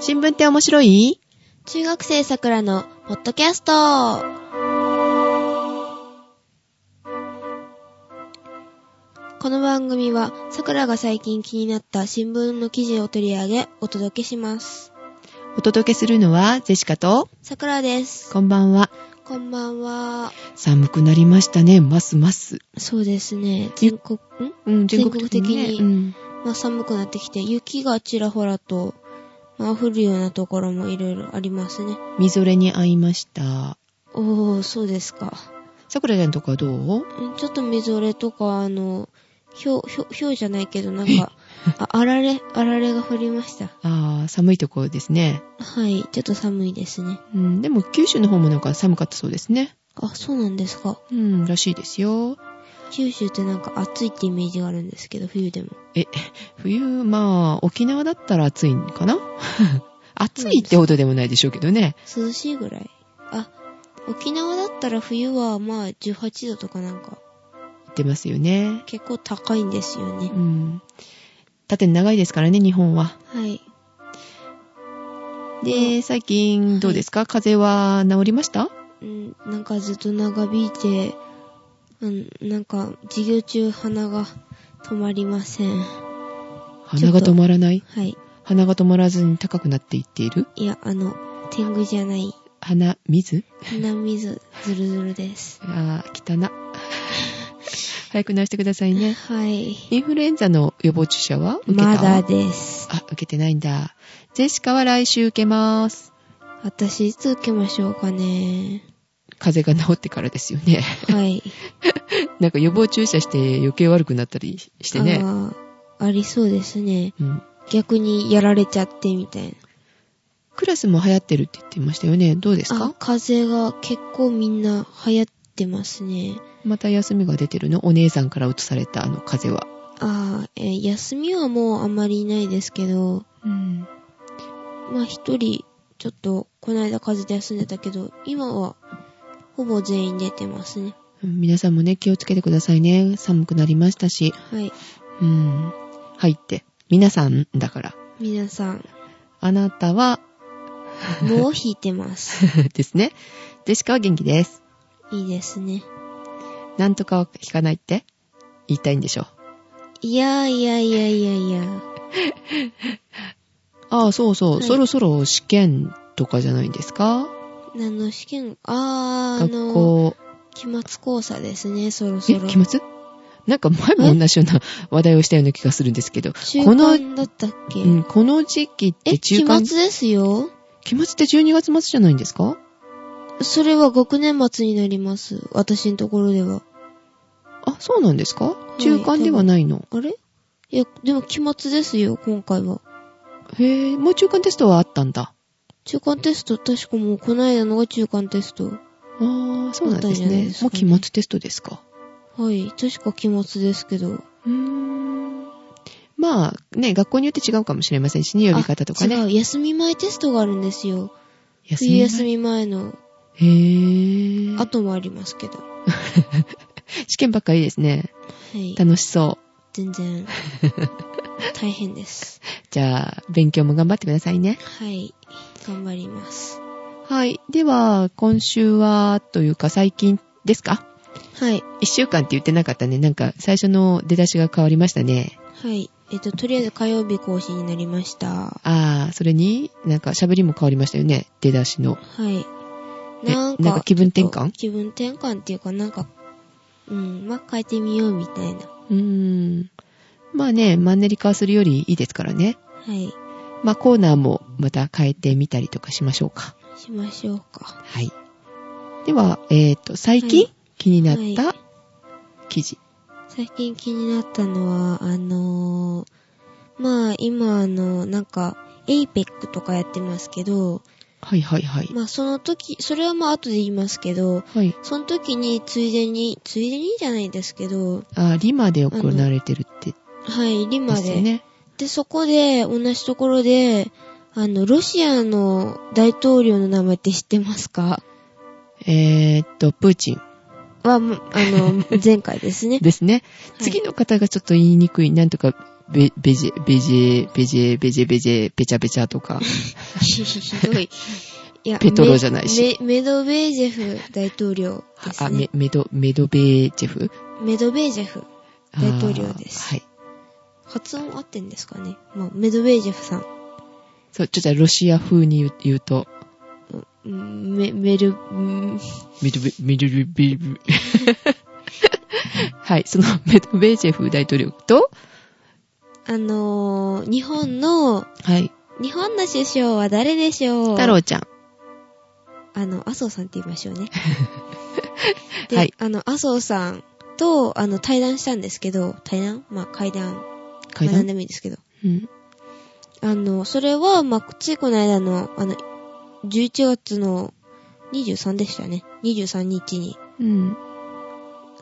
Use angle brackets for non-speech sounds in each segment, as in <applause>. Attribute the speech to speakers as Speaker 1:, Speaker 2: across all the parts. Speaker 1: 新聞って面白い
Speaker 2: 中学生さくらのポッドキャスト。この番組は、さくらが最近気になった新聞の記事を取り上げ、お届けします。
Speaker 1: お届けするのはジェシカと、
Speaker 2: さくらです。
Speaker 1: こんばんは。
Speaker 2: こんばんは。
Speaker 1: 寒くなりましたね、ますます。
Speaker 2: そうですね。全国、ん
Speaker 1: うん
Speaker 2: 全国的にね
Speaker 1: うん
Speaker 2: まあ、寒くなってきて、雪がちらほらと、まあ、降るようなところもいろいろありますね。
Speaker 1: みぞれに会いました。
Speaker 2: おー、そうですか。
Speaker 1: 桜ちゃんとかどう
Speaker 2: うんちょっとみぞれとか、あの、ひょう、ひょう、ひょうじゃないけど、なんか、あ、あられ、あられが降りました。
Speaker 1: ああ、寒いところですね。
Speaker 2: はい、ちょっと寒いですね。
Speaker 1: うん、でも九州の方もなんか寒かったそうですね。
Speaker 2: あ、そうなんですか。
Speaker 1: うん、らしいですよ。
Speaker 2: 九州ってなんか暑いってイメージがあるんですけど、冬でも。
Speaker 1: え、冬、まあ、沖縄だったら暑いんかな <laughs> 暑いってほどでもないでしょうけどね。
Speaker 2: 涼しいぐらい。あ、沖縄だったら冬は、まあ、18度とかなんか、
Speaker 1: 言ってますよね。
Speaker 2: 結構高いんですよね
Speaker 1: う。ん。縦に長いですからね、日本は。
Speaker 2: はい。
Speaker 1: で、最近どうですか、風邪は治りました
Speaker 2: うん、なんかずっと長引いて、うん、なんか授業中鼻が止まりません。は
Speaker 1: 鼻が止まらない
Speaker 2: い。
Speaker 1: 鼻が止まらずに高くなっていっている
Speaker 2: いや、あの、天狗じゃない、
Speaker 1: 鼻水
Speaker 2: 鼻水、ずるずるです。
Speaker 1: ああ、汚な。 <laughs> 早く治してくださいね。
Speaker 2: はい。
Speaker 1: インフルエンザの予防注射は受けた
Speaker 2: まだです。
Speaker 1: あ、受けてないんだ。ジェシカは来週受けます。
Speaker 2: 私、いつ受けましょうかね。
Speaker 1: 風邪が治ってからですよね。 <laughs>
Speaker 2: はい。
Speaker 1: なんか予防注射して余計悪くなったりしてね。
Speaker 2: あーありそうですね。
Speaker 1: うん。
Speaker 2: 逆にやられちゃってみたいな。
Speaker 1: クラスも流行ってるって言ってましたよね。どうです
Speaker 2: あ
Speaker 1: か、
Speaker 2: 風邪が結構みんな流行ってますね。
Speaker 1: また休みが出てるのお姉さんから移されたあの風邪は。
Speaker 2: ああ、えー休みはもうあまりいないですけど、
Speaker 1: うん。
Speaker 2: まあ一人、ちょっと、この間風邪で休んでたけど、今は、ほぼ全員出てますね。
Speaker 1: 皆さんもね、気をつけてくださいね。寒くなりましたし。
Speaker 2: はい。
Speaker 1: うん。入って。皆さんだから。
Speaker 2: 皆さん、
Speaker 1: あなたは、 <laughs>
Speaker 2: もう引いてます。
Speaker 1: ですね。ジェシカは元気です。
Speaker 2: いいですね。
Speaker 1: なんとかは聞かないって言いたいんでしょう。
Speaker 2: いやいやいやいやいや。
Speaker 1: ああ、そうそう、
Speaker 2: はい
Speaker 1: そろそろ試験とかじゃないですか
Speaker 2: 何の試験あー、あ
Speaker 1: 学
Speaker 2: の、
Speaker 1: 校、
Speaker 2: 期末考査ですね、そろそ
Speaker 1: え、
Speaker 2: ろ。
Speaker 1: 期末なんか前も同じような話題をしたような気がするんですけど、こ
Speaker 2: 中
Speaker 1: の、
Speaker 2: 間だったっけ、
Speaker 1: うん、この時期っ
Speaker 2: え、
Speaker 1: て
Speaker 2: 期
Speaker 1: 中間、
Speaker 2: 末ですよ
Speaker 1: 期末って12月末じゃないんですか
Speaker 2: それは学年末になります。私のところでは。
Speaker 1: あ、そうなんですか
Speaker 2: い
Speaker 1: 中間ではないの。
Speaker 2: あれいや、でも期末ですよ、今回は。
Speaker 1: へえ、もう中間テストはあったんだ。
Speaker 2: 中間テスト、確かもうこの間のが中間テスト。
Speaker 1: ああ、そうなんです
Speaker 2: あったんじゃない
Speaker 1: ね。
Speaker 2: ですか
Speaker 1: も
Speaker 2: ね
Speaker 1: う期末テストですか。
Speaker 2: はい、確か期末ですけど。
Speaker 1: うーん。まあ、ね、学校によって違うかもしれませんしね、呼び方とか
Speaker 2: あ
Speaker 1: ね。
Speaker 2: 違う、休み前テストがあるんですよ。
Speaker 1: 休
Speaker 2: 冬休
Speaker 1: み
Speaker 2: み前の
Speaker 1: 前。へえ。
Speaker 2: 後もありますけど。は
Speaker 1: <laughs> 試験ばっかりですね。
Speaker 2: い。
Speaker 1: 楽しそう。
Speaker 2: 全 <laughs> 然、大変です。
Speaker 1: じゃあ、勉強も頑張ってくださいね。
Speaker 2: はい、頑張ります。
Speaker 1: はい。では、今週は、というか最近ですか
Speaker 2: はい、
Speaker 1: 一週間って言ってなかったね。なんか、最初の出だしが変わりましたね。
Speaker 2: はい。えっと、とりあえず火曜日更新になりました。
Speaker 1: あー、それに、なんか喋りも変わりましたよね。出だしの。
Speaker 2: はい。
Speaker 1: え
Speaker 2: なんか、
Speaker 1: なんか気分転換
Speaker 2: ちょっと気分転換っていうか、なんか、うん、まあ、変えてみようみたいな。
Speaker 1: うーん。まあね、マンネリ化するよりいいですからね。
Speaker 2: はい、
Speaker 1: まあ、コーナーもまた変えてみたりとかしましょうか。
Speaker 2: しましょうか。
Speaker 1: はい。では、えっ、と、最近、
Speaker 2: は
Speaker 1: 気になっ
Speaker 2: はい
Speaker 1: た記事。
Speaker 2: 最近気になったのは、あのー、まあ今あの、なんか、APEC とかやってますけど、
Speaker 1: はい、はい、はい。
Speaker 2: まあその時、それはまあ後で言いますけど、
Speaker 1: はい。
Speaker 2: その時についでに、ついでにじゃないですけど、
Speaker 1: あー、リマで行われてるって、
Speaker 2: はい、リマ
Speaker 1: ですよ
Speaker 2: で。
Speaker 1: ね。
Speaker 2: で、そこで、同じところで、あの、ロシアの大統領の名前って知ってますか
Speaker 1: えーっと、プーチン <laughs>
Speaker 2: は、まあの、前回ですね。
Speaker 1: ですね。
Speaker 2: い
Speaker 1: 次の方がちょっと言いにくい、なんとかべ、べじ、べじ、べじ、べじ、べじ、べちゃべちゃとか、
Speaker 2: ひどい。いや
Speaker 1: ペトロじゃないし
Speaker 2: メメドベージェフ大統領です、
Speaker 1: あ、
Speaker 2: ね
Speaker 1: メ。メド、メドベーチェフ
Speaker 2: メドベージェフ。大統領です
Speaker 1: あーはい。
Speaker 2: 発音合ってんですかね。まあ、メドベージェフさん。
Speaker 1: そう、ちょっとロシア風に言う言うと、
Speaker 2: うんメ、メル、うん
Speaker 1: メドベ、メドベ、ベベ <laughs> はい、そのメドベーチェフ大統領と、
Speaker 2: あのー、日本の、
Speaker 1: はい、
Speaker 2: 日本の首相は誰でしょう
Speaker 1: 太郎ちゃん。
Speaker 2: あの、麻生さんって言いましょうね。で、
Speaker 1: はい
Speaker 2: あの、麻生さんと、あの、対談したんですけど、対談まあ、会談。
Speaker 1: 階
Speaker 2: まあ
Speaker 1: 段
Speaker 2: 何でもいいんですけど。
Speaker 1: うん。
Speaker 2: あの、それは、まあ、ついこの間の、あの、11月の23でしたね。23日に。
Speaker 1: うん。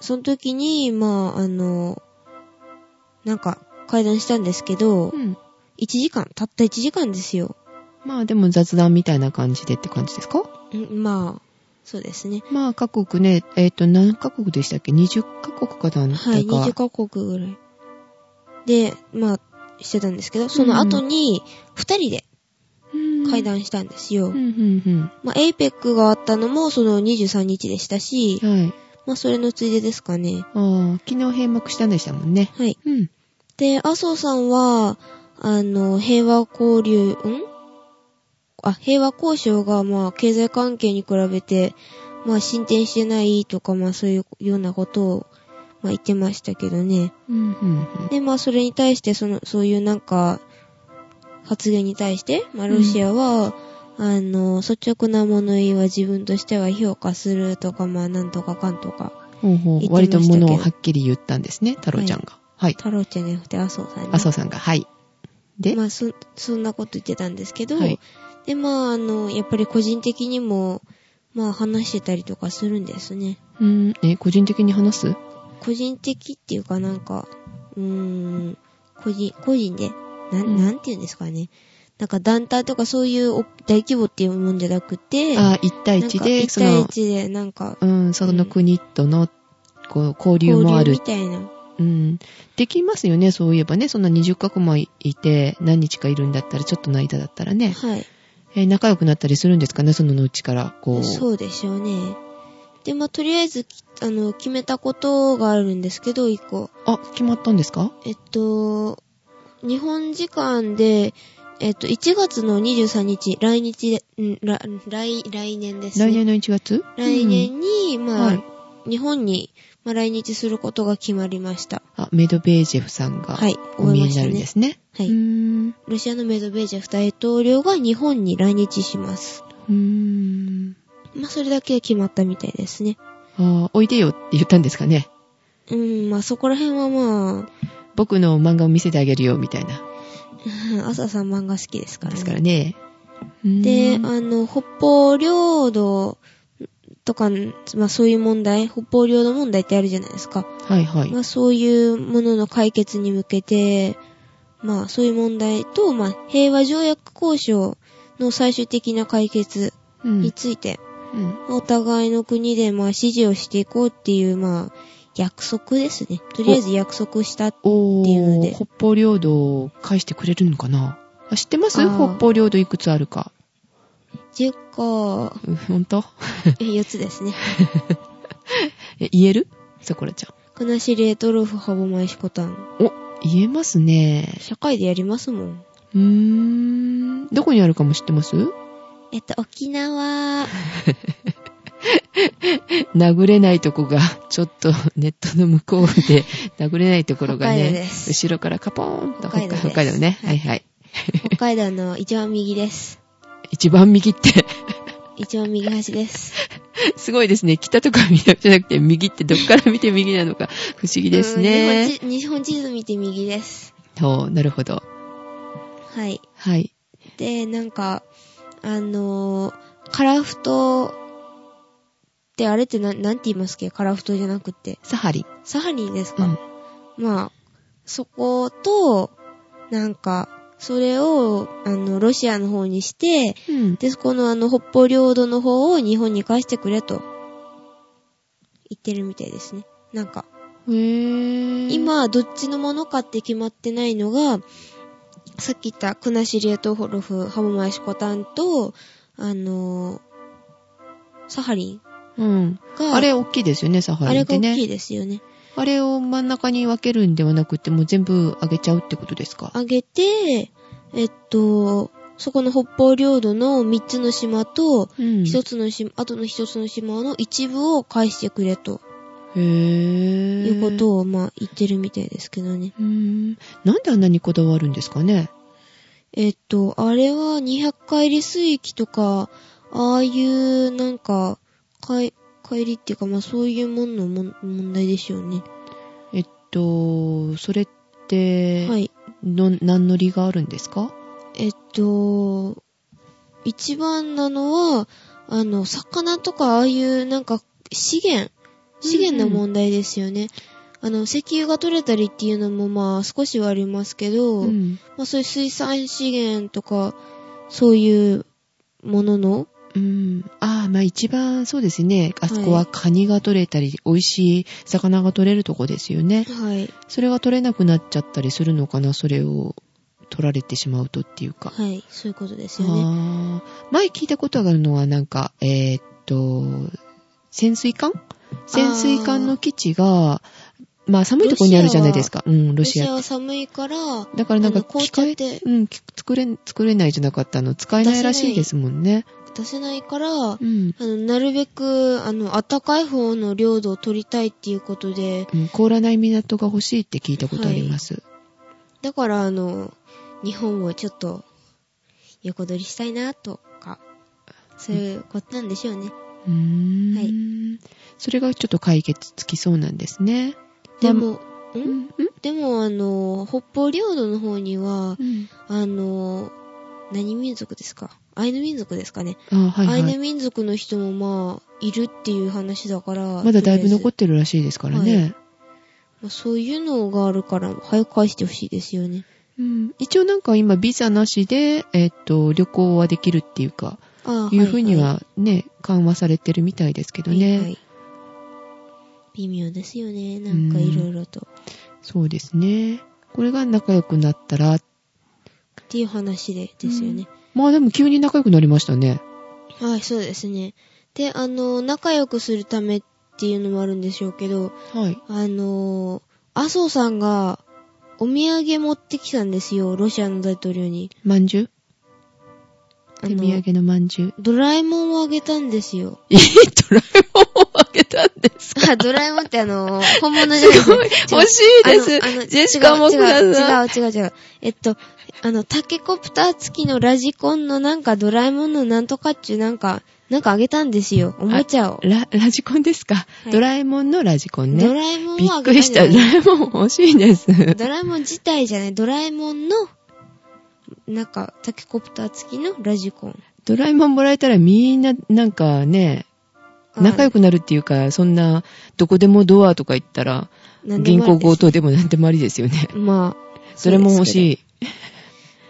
Speaker 2: その時に、まあ、あの、なんか、会談したんですけど
Speaker 1: う、ん。
Speaker 2: 1時間、たった1時間ですよ。
Speaker 1: まあでも雑談みたいな感じでって感じですか
Speaker 2: んまあ、そうですね。
Speaker 1: まあ各国ね、えっ、と何カ国でしたっけ ?20 カ国かなんだか。
Speaker 2: はい、20カ国ぐらい。で、まあ、してたんですけど、その後に、2人で会談したんですよ。
Speaker 1: うんうん
Speaker 2: まあ、APEC があったのも、その23日でしたし、
Speaker 1: うん。はい。
Speaker 2: まあ、それのついでですかね。
Speaker 1: あー昨日閉幕したんでしたもんね。
Speaker 2: はい。
Speaker 1: うん。
Speaker 2: で、麻生さんは、あの、平和交流、んあ、平和交渉が、まあ、経済関係に比べて、まあ、進展してないとか、まあ、そういうようなことを、まあ、言ってましたけどね。
Speaker 1: うんうんうん。
Speaker 2: で、まあ、それに対して、その、そういうなんか、発言に対して、まあ、ロシアは、あの、率直な物言いは自分としては評価するとか、まあ、なんとかかんとか、
Speaker 1: ほうほ
Speaker 2: 言って
Speaker 1: う。
Speaker 2: まし
Speaker 1: 割
Speaker 2: た
Speaker 1: と
Speaker 2: けど
Speaker 1: 物をはっきり言ったんですね、太郎ちゃんが。はい。
Speaker 2: 太郎ちゃんじゃなくて麻生さんに。
Speaker 1: 麻生さんが。はい。で、
Speaker 2: まあそ、そんなこと言ってたんですけど、
Speaker 1: はい
Speaker 2: で、まあ、あの、やっぱり個人的にも、まあ、話してたりとかするんですね。
Speaker 1: うーん、え、個人的に話す
Speaker 2: 個人的っていうかなんか、うーん、個人、個人で、なん、
Speaker 1: うん
Speaker 2: なんて言うんですかね。なんか団体とかそういうお大規模っていうもんじゃなくて、
Speaker 1: あー、1対
Speaker 2: なん
Speaker 1: 1
Speaker 2: か
Speaker 1: で、
Speaker 2: 一
Speaker 1: そ
Speaker 2: 対
Speaker 1: の、
Speaker 2: 一で、なんか、
Speaker 1: うん、その国との、こう、交流
Speaker 2: 交
Speaker 1: もあ
Speaker 2: 流
Speaker 1: る
Speaker 2: みたいな。
Speaker 1: うん。できますよね、そういえばね。そんな20カ国もいて、何日かいるんだったら、ちょっとの間だったらね。
Speaker 2: はい。
Speaker 1: えー仲良くなったりするんですかね、そのうちから。こう。う。
Speaker 2: そうでしょうね。で、まあ、とりあえず、きあの、決めたことがあるんですけど、一個。
Speaker 1: あ、決まったんですか
Speaker 2: えっと、日本時間で、えっと、1月の23日、来日で、んら来、来年ですね。
Speaker 1: 来年の1月
Speaker 2: 来
Speaker 1: うん
Speaker 2: 年に、まあ、
Speaker 1: はい
Speaker 2: 日本に、まあ、来日することが決まりました。
Speaker 1: あ、メドベージェフさんが
Speaker 2: はい、
Speaker 1: お
Speaker 2: 終
Speaker 1: 見え
Speaker 2: えま
Speaker 1: に
Speaker 2: した
Speaker 1: なるんで
Speaker 2: ね。
Speaker 1: すね。
Speaker 2: はいう
Speaker 1: ーん。う
Speaker 2: ロシアのメドベージェフ大統領が日本に来日します。
Speaker 1: ーん。
Speaker 2: まあ、それだけ決まったみたいですね。
Speaker 1: あーおいでよって言ったんですかね。
Speaker 2: うん、まあ、そこら辺はま
Speaker 1: 僕の漫画を見せてあげるよ、みたいな。
Speaker 2: あ、 <laughs> 朝さん漫画好きですか
Speaker 1: で
Speaker 2: らね。
Speaker 1: すからね。うーん
Speaker 2: で、あの、北方領土とか、まあそういう問題、北方領土問題ってあるじゃないですか。
Speaker 1: はいはい
Speaker 2: ま。あそういうものの解決に向けて、まあそういう問題と、まあ平和条約交渉の最終的な解決
Speaker 1: うん
Speaker 2: について、
Speaker 1: うん
Speaker 2: お互いの国でまあ支持をしていこうっていう、まあ約束ですね。とりあえず約束した。
Speaker 1: お
Speaker 2: っていうので
Speaker 1: ー、北方領土を返してくれるのかなあ知ってます
Speaker 2: あ
Speaker 1: 北
Speaker 2: ー
Speaker 1: 方領土いくつあるか。
Speaker 2: 10個、
Speaker 1: うん、ほんと
Speaker 2: 4つですね。
Speaker 1: え言えるさくらちゃん。
Speaker 2: こなしレートロフハボマイシコタン。
Speaker 1: お、言えますね。
Speaker 2: 社会でやりますもん。
Speaker 1: うーん。どこにあるかも知ってます
Speaker 2: えっと、沖縄、
Speaker 1: 殴れないとこが、 <laughs> ちょっとネットの向こうで、 <laughs> 殴れないところが
Speaker 2: 北海道
Speaker 1: ね
Speaker 2: で、す
Speaker 1: <laughs> 後ろからカポーンと
Speaker 2: 北海道です
Speaker 1: 北海道ね。
Speaker 2: は
Speaker 1: はいいはい。
Speaker 2: 北海道の一番右です。
Speaker 1: 一番右って、
Speaker 2: 一番右端です。
Speaker 1: すごいですね。北とか南じゃなくて右ってどっから見て右なのか <laughs> 不思議ですね。
Speaker 2: うん日本地日本地図見て右です。
Speaker 1: ほう、なるほど。
Speaker 2: はい。
Speaker 1: はい。
Speaker 2: で、なんか、あのー、カラフトってあれってなん、なんて言いますっけカラフトじゃなくて。
Speaker 1: サハリン。
Speaker 2: サハリンです
Speaker 1: う
Speaker 2: か、
Speaker 1: ん。
Speaker 2: まあ、そこと、なんか、それを、あの、ロシアの方にして、
Speaker 1: うん。
Speaker 2: で、そこのあの、北方領土の方を日本に返してくれと、言ってるみたいですね。なんか、
Speaker 1: へぇー。、
Speaker 2: 今、どっちのものかって決まってないのが、さっき言った、クナシリアトホロフ、ハムマイシコタンと、あのーサハリン
Speaker 1: うん。
Speaker 2: が、
Speaker 1: あれ大きいですよね、サハ
Speaker 2: あ
Speaker 1: リン
Speaker 2: れ
Speaker 1: っ
Speaker 2: が
Speaker 1: て
Speaker 2: 大
Speaker 1: ね。
Speaker 2: きいですよね。
Speaker 1: あれを真ん中に分けるんではなくて、もう全部あげちゃうってことですか。
Speaker 2: あげて、えっと、そこの北方領土の3つの島と、
Speaker 1: うん。
Speaker 2: 一つの島、後の一つの島の一部を返してくれと
Speaker 1: へぇー。
Speaker 2: いうことを、まあ言ってるみたいですけどね。
Speaker 1: うーん。なんであんなにこだわるんですかね。
Speaker 2: えっと、あれは200海里水域とか、ああいうなんか、海、海里っていうか、まあそういうもんのもん問題でしょうね。
Speaker 1: えっと、それって、
Speaker 2: はい。
Speaker 1: の何の理があるんですか
Speaker 2: えっと、一番なのは、あの、魚とかああいうなんか資源、資源の問題ですよね。あの、石油が取れたりっていうのもまあ少しはありますけど、
Speaker 1: ん。
Speaker 2: まあそういう水産資源とか、そういうものの、
Speaker 1: うん。ああ、まあ一番そうですね。あそこ
Speaker 2: は
Speaker 1: はいカニが取れたり、美味しい魚が取れるとこですよね。
Speaker 2: はい、
Speaker 1: それが取れなくなっちゃったりするのかな、それを取られてしまうとっていうか。
Speaker 2: はい、そういうことですよね。
Speaker 1: あー前聞いたことがあるのはなんか、えーっと、潜水艦潜水艦の基地が、まあ寒いところにあるじゃないですか。うん、ロ
Speaker 2: ロ
Speaker 1: シ
Speaker 2: シ
Speaker 1: ア
Speaker 2: アは寒いから、
Speaker 1: だからなん
Speaker 2: あ
Speaker 1: か
Speaker 2: の紅
Speaker 1: 機
Speaker 2: 茶
Speaker 1: 械
Speaker 2: っ、て
Speaker 1: うん、き作れ、作れないじゃなかったあの、使えないらしいですもんね。
Speaker 2: 出せないから、
Speaker 1: うん。
Speaker 2: あの、なるべく、あの、暖かい方の領土を取りたいっていうことで、
Speaker 1: うん凍らない港が欲しいって聞いたことあります。
Speaker 2: だから、あの、日本をちょっと、横取りしたいな、とか、そういうことなんでしょうね。
Speaker 1: うーん。
Speaker 2: はい
Speaker 1: それがちょっと解決つきそうなんですね。
Speaker 2: で、も、ん
Speaker 1: うん、うん、
Speaker 2: でも、あの、北方領土の方には、
Speaker 1: うん。
Speaker 2: あの、何民族ですかアイヌ民族ですかね。
Speaker 1: あ、はい、はい。
Speaker 2: アイヌ民族の人もまあ、いるっていう話だから。
Speaker 1: まだだいぶ残
Speaker 2: とりあえ
Speaker 1: ってるらしいですからね。
Speaker 2: はいずまあそういうのがあるから、早く返してほしいですよね。
Speaker 1: うん、一応なんか今ビザなしで、えっと、旅行はできるっていうか、
Speaker 2: ああ
Speaker 1: いうふうに
Speaker 2: い
Speaker 1: はね、緩和されてるみたいですけど
Speaker 2: はい
Speaker 1: ね。
Speaker 2: はい微妙ですよね。なんかいろいろと。
Speaker 1: そうですね。これが仲良くなったら、
Speaker 2: っていう話で、ですよね。
Speaker 1: まあでも急に仲良くなりましたね。
Speaker 2: はい、そうですね。で、あの、仲良くするためっていうのもあるんでしょうけど、
Speaker 1: はい。
Speaker 2: あのー、麻生さんがお土産持ってきたんですよ、ロシアの大統領に。
Speaker 1: まんじゅう
Speaker 2: あ
Speaker 1: 手
Speaker 2: の
Speaker 1: 土産のまんじゅう。
Speaker 2: ドラえもんをあげたんですよ。
Speaker 1: え、ドラえもんをあげたんです
Speaker 2: あ、 <laughs> ドラえもんってあのー、本物じゃない
Speaker 1: す <laughs> ごい、惜しいです。
Speaker 2: あのあの
Speaker 1: ジェシカもください。
Speaker 2: 違う違う違う違う違う。えっと、あの、タケコプター付きのラジコンのなんかドラえもんのなんとかっちゅうなんか、なんかあげたんですよ。おもちゃを。
Speaker 1: ラ、ラジコンですか、
Speaker 2: い
Speaker 1: ドラえもんのラジコン
Speaker 2: ド
Speaker 1: ね。
Speaker 2: ラえも
Speaker 1: び
Speaker 2: んをあ
Speaker 1: っ
Speaker 2: げた
Speaker 1: く
Speaker 2: ん
Speaker 1: り
Speaker 2: で
Speaker 1: し
Speaker 2: す
Speaker 1: た。ドラえもん欲しいです。
Speaker 2: ドラえもん自体じゃない。ドラえもんの、なんか、タケコプター付きのラジコン。
Speaker 1: <laughs> ドラえもんもらえたらみんな、なんかね、仲良
Speaker 2: く、
Speaker 1: くなるっていうか、そんな、どこでもドアとか行ったら、
Speaker 2: なんで
Speaker 1: 銀
Speaker 2: もあ
Speaker 1: 行
Speaker 2: りです
Speaker 1: 強盗でもなんでもありですよ <laughs> ね。
Speaker 2: まあ、
Speaker 1: それも欲
Speaker 2: い。
Speaker 1: しい。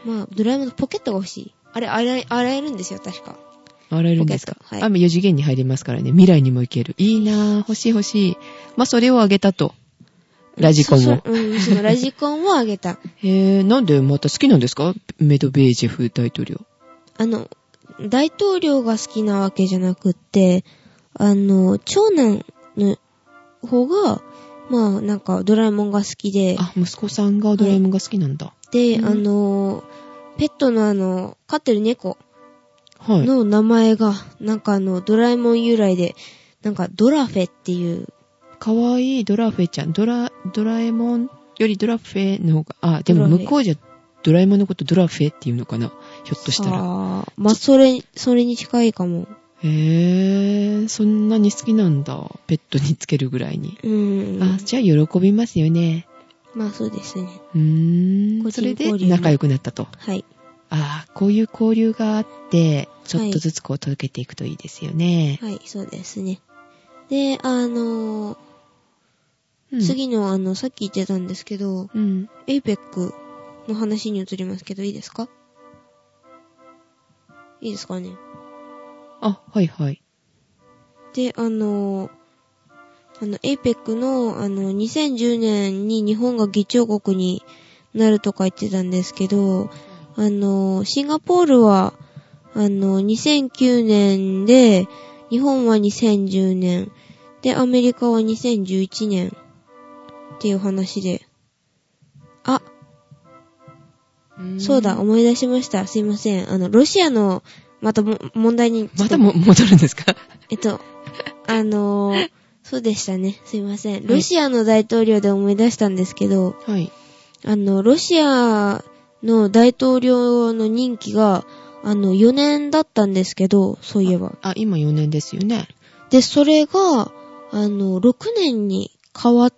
Speaker 2: まあ、ドラえもんのポケットが欲しい。あれ、洗え洗えるんですよ、確か。
Speaker 1: あらえるんですか
Speaker 2: ポケッ。トはい
Speaker 1: あ、4次元に入りますからね。未来にも行ける。いいなぁ、欲しい欲しい。まあ、それをあげたと。ラジコン
Speaker 2: そ
Speaker 1: を
Speaker 2: そ。うん、そのラジコンをあげた。
Speaker 1: へぇ、なんでまた好きなんですかメドベージェフ大統領。
Speaker 2: あの、大統領が好きなわけじゃなくって、あの、長男の方が、まあ、なんか、ドラえもんが好きで、
Speaker 1: あ、息子さんがドラえもんが好きなんだ。
Speaker 2: で、
Speaker 1: うん
Speaker 2: あの、ペットのあの、飼ってる猫
Speaker 1: はい。
Speaker 2: の名前が、なんかあの、ドラえもん由来で、なんか、ドラフェっていう、
Speaker 1: かわいいドラフェちゃん。ドラ、ドラえもんよりドラフェの方が、あ、でも
Speaker 2: ドラフェ
Speaker 1: 向こうじゃドラえもんのことドラフェっていうのかな。ひょっとしたら。
Speaker 2: あーまあ、それ、それに近いかも。
Speaker 1: へぇ、そんなに好きなんだ。ペットにつけるぐらいに。
Speaker 2: うん。
Speaker 1: あ、じゃあ喜びますよね。
Speaker 2: まあ、そうですね。
Speaker 1: うー
Speaker 2: 個
Speaker 1: ん。そ
Speaker 2: 人
Speaker 1: れ
Speaker 2: 交流
Speaker 1: で
Speaker 2: も
Speaker 1: 仲良くなったと。
Speaker 2: はい。
Speaker 1: ああ、こういう交流があって、ちょっとずつこう届けていくといいですよね。
Speaker 2: はい、そうですね。で、あのー
Speaker 1: うん、
Speaker 2: 次の、あの、さっき言ってたんですけど、
Speaker 1: うん。
Speaker 2: エイペックの話に移りますけど、いいですかいいですかね。
Speaker 1: あ、はいはい。
Speaker 2: で、あのーあの、APEC の、あの、2010年に日本が議長国になるとか言ってたんですけど、あの、シンガポールは、あの、2009年で、日本は2010年、で、アメリカは2011年っていう話で。あ、
Speaker 1: うん
Speaker 2: そうだ、思い出しました。すいません。あの、ロシアの、またも問題に、
Speaker 1: またも戻るんですか
Speaker 2: えっと、あの
Speaker 1: <laughs>
Speaker 2: ーそうでしたね。すいません。ロシアの大統領で思い出したんですけど、
Speaker 1: はい。
Speaker 2: あの、ロシアの大統領の任期が、あの、4年だったんですけど、そういえば。
Speaker 1: あ、今4年ですよね。
Speaker 2: で、それが、あの、6年に変わっ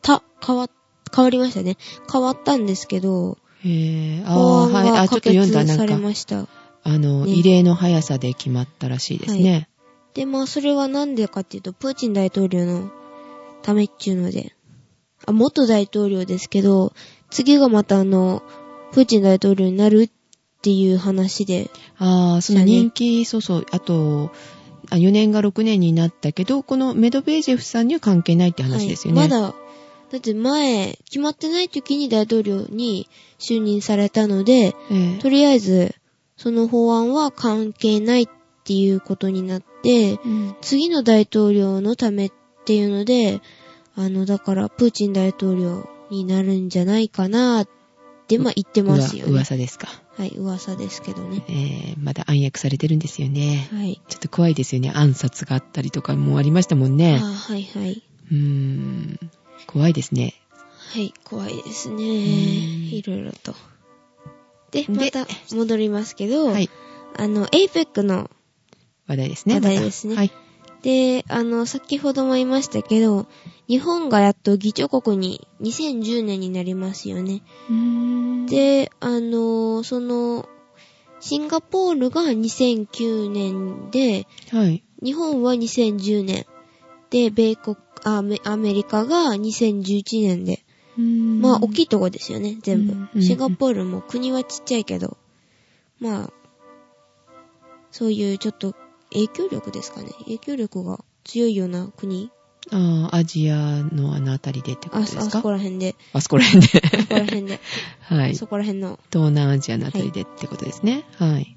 Speaker 2: た、変わ、変わりましたね。変わったんですけど、
Speaker 1: へぇ、あ
Speaker 2: 法
Speaker 1: あ、
Speaker 2: 案
Speaker 1: はい。
Speaker 2: が
Speaker 1: あ、ちょ
Speaker 2: 可
Speaker 1: っと読んだ、
Speaker 2: 決
Speaker 1: な
Speaker 2: され
Speaker 1: んか、
Speaker 2: ました。
Speaker 1: あの、
Speaker 2: ね
Speaker 1: 異例の速さで決まったらしいですね。
Speaker 2: で、まあ、それはなんでかっていうと、プーチン大統領のためっていうので、あ、元大統領ですけど、次がまたあの、プーチン大統領になるっていう話で、
Speaker 1: ああ、そ
Speaker 2: そ
Speaker 1: の
Speaker 2: うね
Speaker 1: 人気、そうそう、あと、あ4年が6年になったけど、このメドベージェフさんには関係ないって話ですよね。
Speaker 2: はい、まだ、だって前、決まってない時に大統領に就任されたので、
Speaker 1: ええ
Speaker 2: とりあえず、その法案は関係ないっていうことになって、
Speaker 1: うん
Speaker 2: 次の大統領のためっていうので、あの、だから、プーチン大統領になるんじゃないかなって、まあ、言ってますよ
Speaker 1: うわ
Speaker 2: ね。
Speaker 1: 噂ですか。
Speaker 2: はい、噂ですけどね。
Speaker 1: えー、まだ暗躍されてるんですよね。
Speaker 2: はい。
Speaker 1: ちょっと怖いですよね。暗殺があったりとかもありましたもん
Speaker 2: あー
Speaker 1: ね。
Speaker 2: はいはい。
Speaker 1: うーん。怖いですね。
Speaker 2: はい、怖いですね。
Speaker 1: ん
Speaker 2: いろいろと。で、
Speaker 1: で
Speaker 2: また戻りますけど、
Speaker 1: はい。
Speaker 2: あの、APEC の、
Speaker 1: 話題ですね。
Speaker 2: 話題
Speaker 1: また
Speaker 2: ですね
Speaker 1: はい。
Speaker 2: で、あの、先ほども言いましたけど、日本がやっと議長国に2010年になりますよね。
Speaker 1: で、
Speaker 2: で、あのーその、シンガポールが2009年で、
Speaker 1: はい。
Speaker 2: 日本は2010年。で、米国、あアメアメリカが2011年で。まあ、大き
Speaker 1: い。
Speaker 2: いとこですよね、全部。
Speaker 1: うん
Speaker 2: シンガポールも国はちっちゃいけど、まあ、そういうちょっと影響力ですかね。影響力が強いような国。
Speaker 1: ああ、アジアのあのあたりでってこと
Speaker 2: あ
Speaker 1: で
Speaker 2: あ
Speaker 1: す
Speaker 2: そ
Speaker 1: か
Speaker 2: こら辺で。
Speaker 1: あそこら辺で。
Speaker 2: そこら辺で。
Speaker 1: <laughs> はい。東
Speaker 2: そこら辺の
Speaker 1: 南アジアのあたりでってことですね。はい。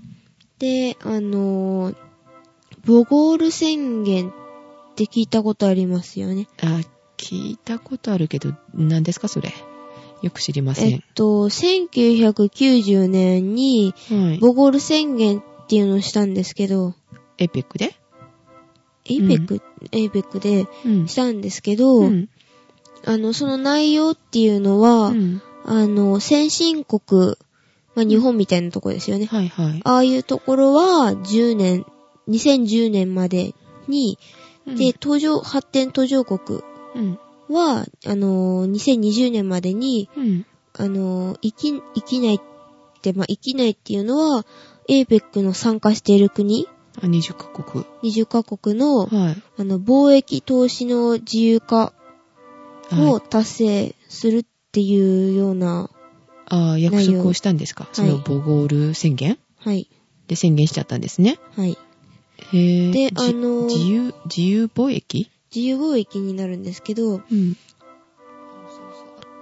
Speaker 2: で、あのーボゴール宣言って聞いたことありますよね。
Speaker 1: あ、聞いたことあるけど、何ですかそれ。よく知りませ
Speaker 2: えっ
Speaker 1: ん。
Speaker 2: と、1990年に
Speaker 1: はい。
Speaker 2: ボゴール宣言っていうのをしたんですけど、
Speaker 1: エペックで
Speaker 2: APEC、APEC で
Speaker 1: うん
Speaker 2: したんですけど、
Speaker 1: うん。
Speaker 2: あの、その内容っていうのは、
Speaker 1: うん
Speaker 2: あの、先進国、まあ、日本みたいなとこですよね。
Speaker 1: はいはい。
Speaker 2: ああいうところは10年、2010年までに、で、途上、発展途上国
Speaker 1: うん、
Speaker 2: は、あのー、2020年までに、
Speaker 1: うん。
Speaker 2: あのー、生き、生きないって、まあ、生きないっていうのは、APEC の参加している国、
Speaker 1: あ、20カ国。
Speaker 2: 20カ国の、
Speaker 1: はい。
Speaker 2: あの、貿易投資の自由化
Speaker 1: は
Speaker 2: を
Speaker 1: い、
Speaker 2: 達成するっていうような、
Speaker 1: あ約束をしたんですか
Speaker 2: い
Speaker 1: そのボゴール宣言
Speaker 2: はい、
Speaker 1: で宣言しちゃったんですね。
Speaker 2: はい。
Speaker 1: へぇ
Speaker 2: で、あのー
Speaker 1: 自由、自由貿易
Speaker 2: 自由貿易になるんですけど、
Speaker 1: うん。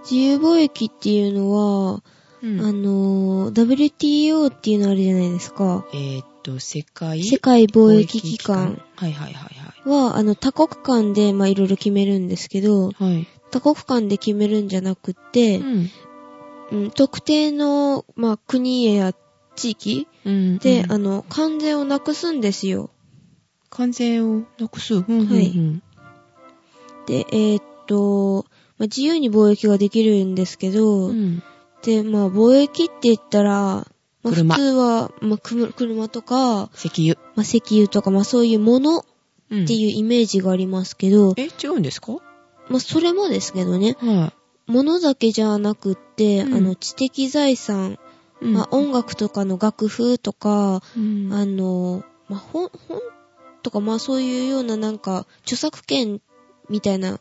Speaker 2: 自由貿易っていうのは、あのー、WTO っていうのあるじゃないですか。
Speaker 1: えーっと、世界
Speaker 2: 世界貿易機関。。
Speaker 1: はいはいはい
Speaker 2: は、あの、多国間で、まあ、いろいろ決めるんですけど、
Speaker 1: はい。はい。
Speaker 2: 多国間で決めるんじゃなくって、
Speaker 1: ん。
Speaker 2: うん特定の、まあ、国や地域
Speaker 1: うん。
Speaker 2: で、
Speaker 1: うん
Speaker 2: あの、関税をなくすんですよ。
Speaker 1: 関税をなくす。うんうんうん。
Speaker 2: はいで、えーっと、まあ、自由に貿易ができるんですけど、
Speaker 1: うん。
Speaker 2: で、まあ、貿易って言ったら、まあ、普
Speaker 1: 車
Speaker 2: 通は、まあ、くむ車とか、
Speaker 1: 石油。
Speaker 2: まあ、石油とか、まあ、そういうものっ
Speaker 1: うん
Speaker 2: ていうイメージがありますけど、
Speaker 1: え、違うんですか
Speaker 2: まあ、それもですけどね、
Speaker 1: は
Speaker 2: 物だけじゃなくって、
Speaker 1: うん
Speaker 2: あの、知的財産、
Speaker 1: い。
Speaker 2: まあ、音楽とかの楽譜とか、
Speaker 1: うん。
Speaker 2: あの、まあ、本、本とか、まあ、そういうようななんか、著作権みたいな、
Speaker 1: は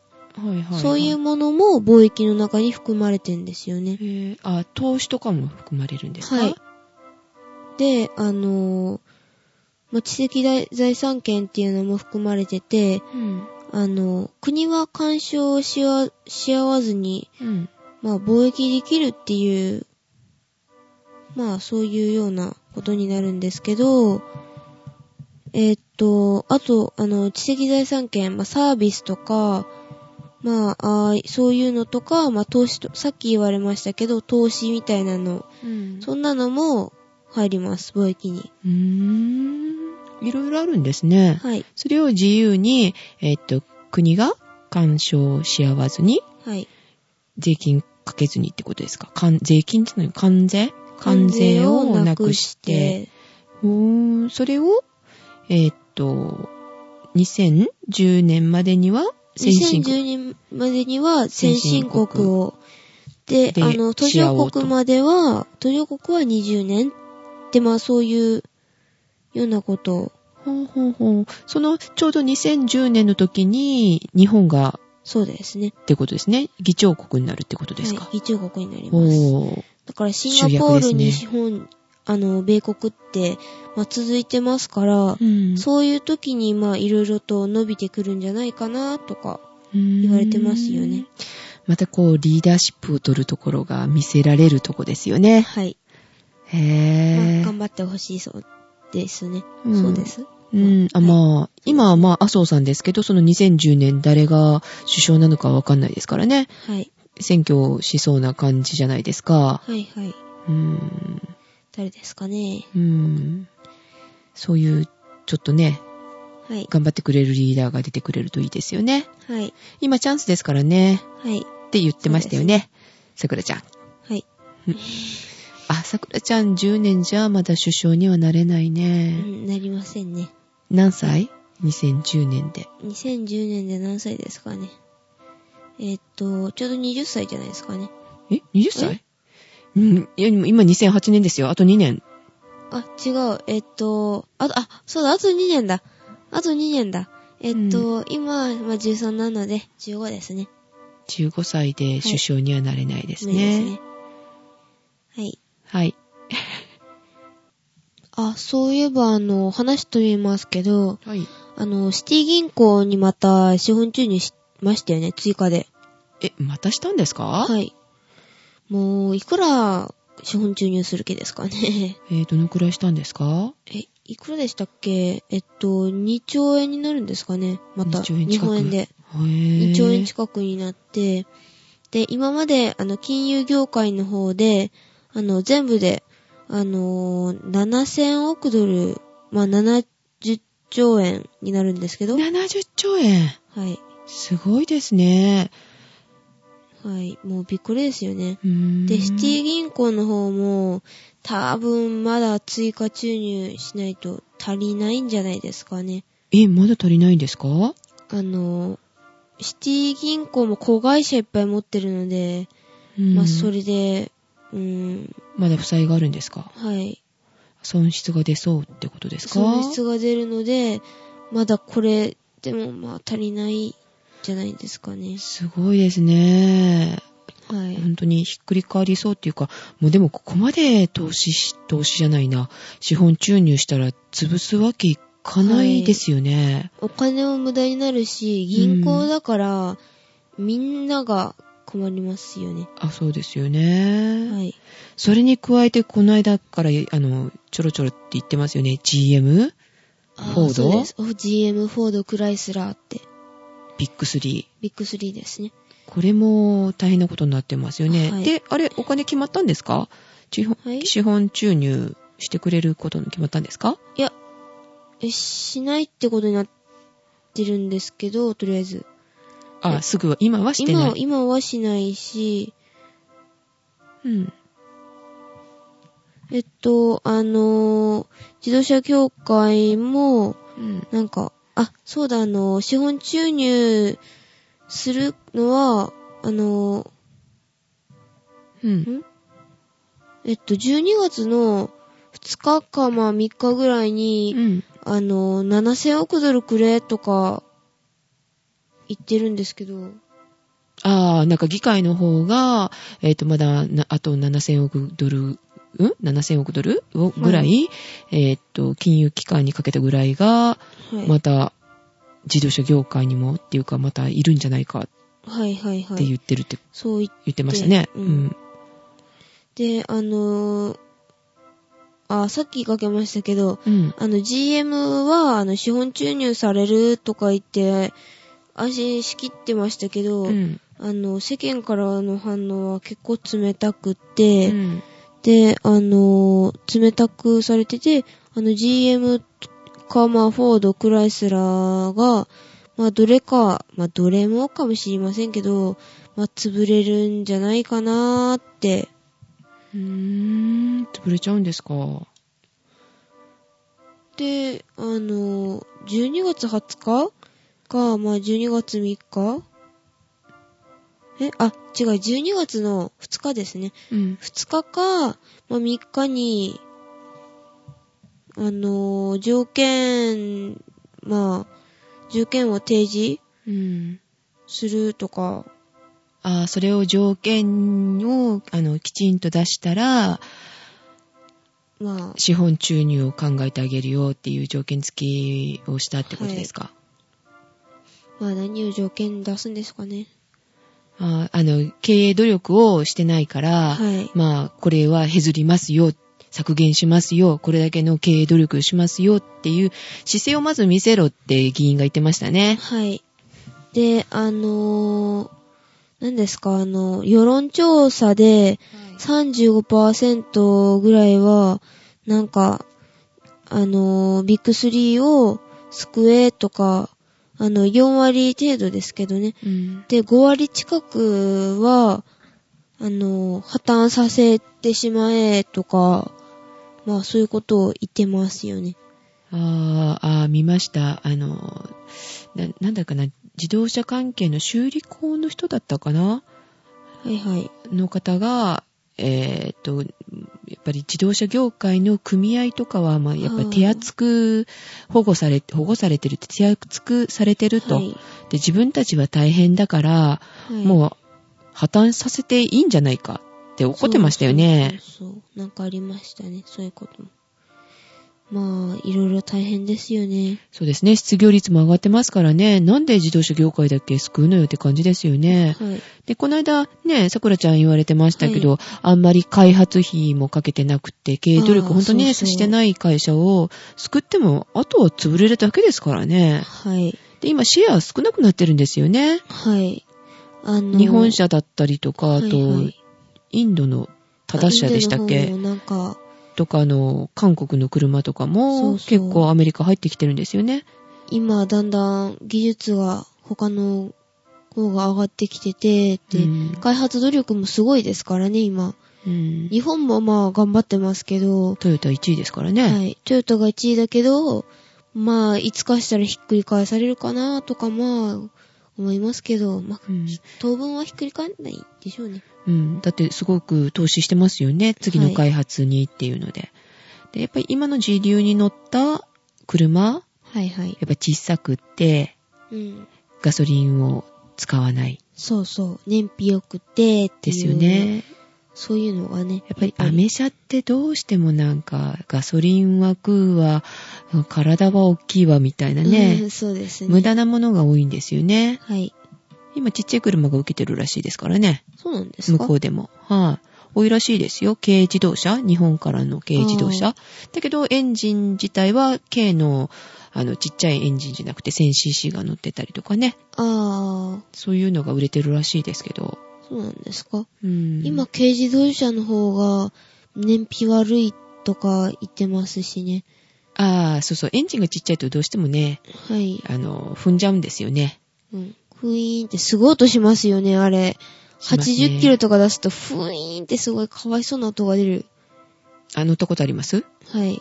Speaker 1: いはい。
Speaker 2: そういう。ものも貿易の中に含まれてんですよね
Speaker 1: え。ー、あ、投資とかも含まれるんですか
Speaker 2: はい。で、あの、まあ、知的財財産権っていうのも含まれてて、
Speaker 1: うん。
Speaker 2: あの、国は干渉をしわ、し合わずに、
Speaker 1: うん。
Speaker 2: まあ、貿易できるっていう、まあ、そういうようなことになるんですけど、えーっと、あと、あの、知的財産権、まあ、サービスとか、まあ、あーそういうのとか、まあ、投資と、さっき言われましたけど、投資みたいなの、
Speaker 1: うん
Speaker 2: そんなのも入ります、貿易に。
Speaker 1: うーん。いろいろあるんですね。
Speaker 2: はい、
Speaker 1: それを自由に、えっと、国が干渉し合わずに、
Speaker 2: はい。
Speaker 1: 税金かけずにってことですか関税金ってのは関税関税をなくして。、うーん、それを、えっと、2010年までには先進国。
Speaker 2: 2012年までには先進国を、で、
Speaker 1: で
Speaker 2: あの、途
Speaker 1: し合お
Speaker 2: 上
Speaker 1: うと
Speaker 2: 国までは、途上国は20年って、まあそういうようなことを、
Speaker 1: ほうほうほう。その、ちょうど2010年の時に、日本が、
Speaker 2: そうですね。
Speaker 1: ってことですね。議長国になるってことですか。
Speaker 2: はい、議長国になります。
Speaker 1: おー。
Speaker 2: だからシンガポールに
Speaker 1: 主
Speaker 2: 日本、あの、米国って、まあ続いてますから、そういう時に、まあいろいろと伸びてくるんじゃないかな、とか。
Speaker 1: 言
Speaker 2: われてますよね。
Speaker 1: またこう、リーダーシップを取るところが見せられるとこですよね。
Speaker 2: はい。まあ
Speaker 1: へぇ
Speaker 2: 頑張ってほしいそうですね。
Speaker 1: うん
Speaker 2: そうです。
Speaker 1: うん、あ、まあ、今はまあ、麻生さんですけど、その2010年誰が首相なのかわかんないですからね。
Speaker 2: はい。
Speaker 1: 選挙しそうな感じじゃないですか。
Speaker 2: はいはい。
Speaker 1: うん。
Speaker 2: 誰ですかね。
Speaker 1: うん。そういう、ちょっとね、
Speaker 2: はい。
Speaker 1: 頑張ってくれるリーダーが出てくれるといいですよね。
Speaker 2: はい。
Speaker 1: 今チャンスですからね。
Speaker 2: はい。
Speaker 1: って言ってましたよね。さくらちゃん。
Speaker 2: はい。
Speaker 1: あ、さくらちゃん10年じゃまだ首相にはなれないうね。
Speaker 2: ん、なりませんね。
Speaker 1: 何歳 ?2010 年で。
Speaker 2: 2010年で何歳ですかね。えーっと、ちょうど20歳じゃないですかね。
Speaker 1: え ?20 歳うん、いや、でも今2008年ですよ。あと2年。
Speaker 2: あ、違う。えーっと、あと、あ、そうだ、あと2年だ。あと2年だ。えーっと、今、まあ、13なので、15ですね。
Speaker 1: 15歳で首相にはなれないですね。
Speaker 2: 無理ですね。はい。
Speaker 1: はい。
Speaker 2: あ、そういえば、あの、話と言いますけど、
Speaker 1: はい。
Speaker 2: あの、シティ銀行にまた資本注入しましたよね、追加で。
Speaker 1: え、またしたんですか
Speaker 2: はい。もう、いくら、資本注入する気ですかね。 <laughs>
Speaker 1: えー、どのくらいしたんですか
Speaker 2: え、いくらでしたっけえっと、2兆円になるんですかねまた、
Speaker 1: 2兆円近く
Speaker 2: 日本円で。
Speaker 1: へぇ
Speaker 2: 2兆円近くになって、で、今まで、あの、金融業界の方で、あの、全部で、あのー、7000億ドル、まあ、70兆円になるんですけど、はい。
Speaker 1: 70兆円。
Speaker 2: は
Speaker 1: すごいですね。
Speaker 2: い。もうびっくりですよね。
Speaker 1: うーん
Speaker 2: で、シティ銀行の方も、多分まだ追加注入しないと足りないんじゃないですかね。
Speaker 1: え、まだ足りないんですか
Speaker 2: あの、シティ銀行も子会社いっぱい持ってるので、ま
Speaker 1: ま
Speaker 2: あそ。れで、うん、
Speaker 1: まだ負債があるんですか
Speaker 2: はい。
Speaker 1: 損失が出そうってことですか
Speaker 2: 損失が出るので、まだこれでもまあ足りないんじゃないですかね。
Speaker 1: すごいですね。
Speaker 2: はい。
Speaker 1: 本当にひっくり返りそうっていうか、もうでもここまで投資し、投資じゃないな。資本注入したら潰すわけいかないですよね。
Speaker 2: お金も無駄になるし、銀行だから、みんなが困りますよね。
Speaker 1: あ、そうですよね。
Speaker 2: はい。
Speaker 1: それに加えて、この間から、あの、ちょろちょろって言ってますよね。GM、
Speaker 2: あー
Speaker 1: フォード
Speaker 2: そうですお ?GM、フォード、クライスラーって、
Speaker 1: ビッグ3。
Speaker 2: ビッグ3ですね。
Speaker 1: これも大変なことになってますよね。
Speaker 2: はい
Speaker 1: で、あれ、お金決まったんですか資本,、
Speaker 2: はい
Speaker 1: 資本注入してくれることに決まったんですか
Speaker 2: いや、えしないってことになってるんですけど、とりあえず。
Speaker 1: あ、すぐは、今はして
Speaker 2: 今
Speaker 1: な
Speaker 2: は、
Speaker 1: い。
Speaker 2: 今はしないし、
Speaker 1: うん。
Speaker 2: えっと、あのー自動車協会も、
Speaker 1: うん。
Speaker 2: なんか、あ、そうだ、あのー資本注入するのは、あのー
Speaker 1: うん。
Speaker 2: えっと、12月の2日か、まあ3日ぐらいに、
Speaker 1: うん。
Speaker 2: あの、7000億ドルくれとか、言ってるんですけど、
Speaker 1: ああ、なんか議会の方が、えっ、と、まだな、あと7000億ドル、ん ?7000 億ドルをぐらい、えっ、と、金融機関にかけたぐらいが、
Speaker 2: はい。
Speaker 1: また、自動車業界にもっていうか、またいるんじゃないかっ
Speaker 2: はいはいは
Speaker 1: て
Speaker 2: い。
Speaker 1: 言ってるって、
Speaker 2: そう言っ
Speaker 1: 言ってましたね。
Speaker 2: う
Speaker 1: うんん。
Speaker 2: て、あのーあ、さっきかけましたけど、
Speaker 1: うん。
Speaker 2: あの GM は、あの、資本注入されるとか言って、安心しきってましたけど、
Speaker 1: うん。
Speaker 2: あの、世間からの反応は結構冷たく
Speaker 1: う
Speaker 2: て、
Speaker 1: ん。
Speaker 2: で、あのー冷たくされてて、あの、GM か、まあ、フォード、クライスラーが、まあ、どれか、まあ、どれもかもしれませんけど、まあ、潰れるんじゃないかなーって、
Speaker 1: うーん。潰れちゃうんですか。
Speaker 2: で、あの、12月20日か、まあ、12月3日え、あ、違う、12月の2日ですね。
Speaker 1: うん。
Speaker 2: 2日か、まあ、3日に、あの、条件、まあ、条件を提示
Speaker 1: うん。
Speaker 2: するとか、
Speaker 1: ああ、それを条件を、あの、きちんと出したら、
Speaker 2: まあ、
Speaker 1: 資本注入を考えてあげるよっていう条件付きをしたってことですか。
Speaker 2: まあ、何を条件出すんですかね。
Speaker 1: あーあの、経営努力をしてないから、
Speaker 2: はい。
Speaker 1: まあ、これは削りますよ、削減しますよ、これだけの経営努力をしますよっていう姿勢をまず見せろって議員が言ってましたね。
Speaker 2: はい。で、あのー、何ですか、あの、世論調査で35%ぐらいは、なんか、あのー、ビッグ3を救えとか、あの、4割程度ですけどね。
Speaker 1: うん。
Speaker 2: で、5割近くは、あのー、破綻させてしまえとか、まあそういうことを言ってますよね。
Speaker 1: あーあー、見ました。あの、ななんだかな、自動車関係の修理工の人だったかな
Speaker 2: はいはい。
Speaker 1: の方が、えーっと、やっぱり自動車業界の組合とかは、まあ、やっぱり手厚く保護されて、保護されてるって、手厚くされてると。
Speaker 2: はい。
Speaker 1: で、自分たちは大変だから、
Speaker 2: はい
Speaker 1: もう破綻させていいんじゃないかって怒ってましたよね。
Speaker 2: そうそうそうそうなんかありましたね。そういうことも。まあ、いろいろ大変ですよね。
Speaker 1: そうですね。失業率も上がってますからね。なんで自動車業界だけ救うのよって感じですよね。
Speaker 2: はい。
Speaker 1: で、この間ね、さくらちゃん言われてましたけど、あんまり開発費もかけてなくて、経営努
Speaker 2: あ
Speaker 1: 力
Speaker 2: ー
Speaker 1: 本当にね、
Speaker 2: そうそう
Speaker 1: してない会社を救っても、あとは潰れるだけですからね。
Speaker 2: はい。
Speaker 1: で、今シェア少なくなってるんですよね。
Speaker 2: はい。あの、
Speaker 1: 日本車だったりとか、あ
Speaker 2: はい
Speaker 1: と、
Speaker 2: はい
Speaker 1: インドのタタ車でしたっ
Speaker 2: イン
Speaker 1: け
Speaker 2: ドの方もなんか、
Speaker 1: とか、あの、韓国の車とかも、
Speaker 2: そうそう
Speaker 1: 結構アメリカ入ってきてるんですよね。
Speaker 2: 今、だんだん技術が他の方が上がってきてて、で、
Speaker 1: うん
Speaker 2: 開発努力もすごいですからね、今。
Speaker 1: うん
Speaker 2: 日本もまあ、頑張ってますけど、
Speaker 1: トヨタ1位ですからね。
Speaker 2: はい。トヨタが1位だけど、まあ、いつかしたらひっくり返されるかなとか、まあ、思いますけど、まあ、
Speaker 1: うん
Speaker 2: 当分はひっくり返らないでしょうね。
Speaker 1: うん、だってすごく投資してますよね。次の開発にっていうので。で、やっぱり今の時流に乗った車、
Speaker 2: はいはい。
Speaker 1: やっぱ小さくって、
Speaker 2: うん。
Speaker 1: ガソリンを使わない
Speaker 2: そうそう。燃費良くてっていう。
Speaker 1: ですよ。ね。
Speaker 2: そういうのがね。
Speaker 1: やっぱりアメ車ってどうしてもなんか、ガソリンは食うわ、体は大きいわみたいな
Speaker 2: う
Speaker 1: ね
Speaker 2: ん、そうですね。
Speaker 1: 無駄なものが多いんですよね。
Speaker 2: はい。
Speaker 1: 今ちっちゃい車が受けてるらしいですからね。
Speaker 2: そうなんです
Speaker 1: 向
Speaker 2: か
Speaker 1: こうでも。はい、多いらしいですよ。軽自動車。日本からの軽自動
Speaker 2: あ
Speaker 1: 車。だけど、エンジン自体は軽の、あの、ちっちゃいエンジンじゃなくて 1000cc が乗ってたりとかね。
Speaker 2: あ
Speaker 1: そういうのが売れてるらしいですけど。
Speaker 2: あ、そうなんですか。
Speaker 1: うん。
Speaker 2: 今、軽自動車の方が燃費悪いとか言ってますしね。
Speaker 1: ああ、そうそう。エンジンがちっちゃいとどうしてもね、
Speaker 2: はい。
Speaker 1: あの、踏んじゃうんですよね。
Speaker 2: うん。ふいーんってすごい音しますよね、あれ。
Speaker 1: しますね
Speaker 2: 80キロとか出すと、ふいーんってすごいかわいそうな音が出る。
Speaker 1: あ、乗ったことあります
Speaker 2: はい。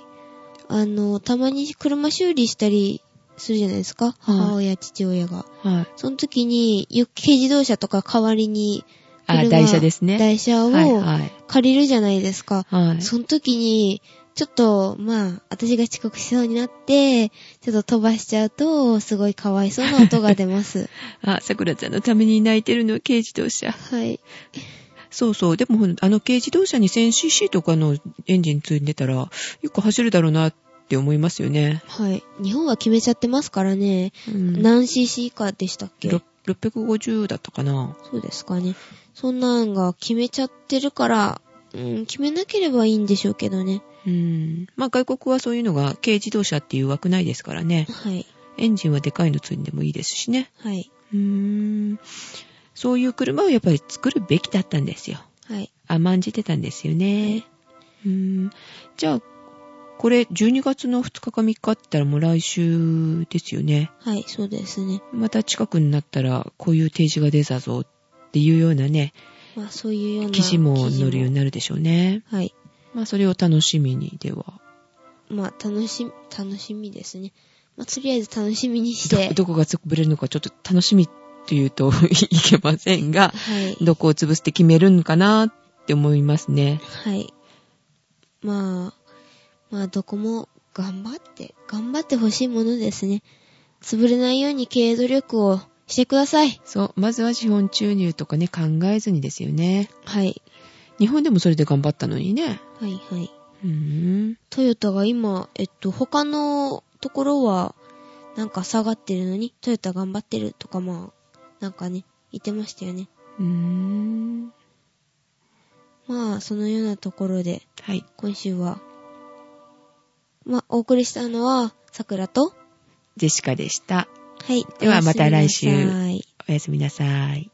Speaker 2: あの、たまに車修理したりするじゃないですか。母親、父親が。
Speaker 1: はい。
Speaker 2: その時に、ゆ軽自動車とか代わりに、
Speaker 1: あ
Speaker 2: 車
Speaker 1: 台車ですね。
Speaker 2: 台車
Speaker 1: はい
Speaker 2: を
Speaker 1: はい。
Speaker 2: 借りるじゃないですか。
Speaker 1: はい。
Speaker 2: その時に、ちょっと、まあ、私が遅刻しそうになって、ちょっと飛ばしちゃうと、すごいかわいそうな音が
Speaker 1: <laughs>
Speaker 2: 出ます。
Speaker 1: あ、桜ちゃんのために泣いてるの、軽自動車。
Speaker 2: はい。
Speaker 1: そうそう。でも、ほんあの軽自動車に 1000cc とかのエンジン積んでたら、よく走るだろうなっって思いますよね。
Speaker 2: はい。日本は決めちゃってますからね。
Speaker 1: うん、
Speaker 2: 何 cc 以下でしたっけ
Speaker 1: ろ650だったかな。
Speaker 2: そうですかね。そんなんが決めちゃってるから、うん、決めなければいいんでしょうけどね。
Speaker 1: うん。まあ外国はそういうのが軽自動車っていう枠ないですからね。
Speaker 2: はい。
Speaker 1: エンジンはでかいの積んでもいいですしね。
Speaker 2: はい。
Speaker 1: うーん。そういう車をやっぱり作るべきだったんですよ。
Speaker 2: はい。
Speaker 1: 甘んじてたんですよね。うーん。じゃあ、これ12月の2日か3日って言ったらもう来週ですよね。
Speaker 2: はい、そうですね。
Speaker 1: また近くになったらこういう提示が出たぞっていうようなね、
Speaker 2: まあ、そういうような。
Speaker 1: 記事も載るようになるでしょうね。
Speaker 2: はい。
Speaker 1: まあそれを楽しみにでは。
Speaker 2: まあ、楽しみ、楽しみですね。まあ、とりあえず楽しみにし
Speaker 1: ど
Speaker 2: て。
Speaker 1: どこが潰れるのかちょっと楽しみっていうと <laughs> いけませんが、
Speaker 2: はい。
Speaker 1: どこを潰して決めるのかなって思いますね。
Speaker 2: はい。まあ、まあ、どこも頑張って、頑張ってほしいものですね。潰れないように経営努力をしてください。
Speaker 1: そう、まずは資本注入とかね、考えずにですよね。
Speaker 2: はい。
Speaker 1: 日本でもそれで頑張ったのにね。
Speaker 2: はい、はい。
Speaker 1: うーん。
Speaker 2: トヨタが今、えっと、他のところは、なんか下がってるのに、トヨタ頑張ってるとか、まあ、なんかね、言ってましたよね。
Speaker 1: うーん。
Speaker 2: まあ、そのようなところで、
Speaker 1: はい。
Speaker 2: 今週は、まあ、お送りしたのは、桜と、
Speaker 1: ジェシカでした。
Speaker 2: はい。
Speaker 1: ではまた来週
Speaker 2: おやすみなさい
Speaker 1: おやすみなさい。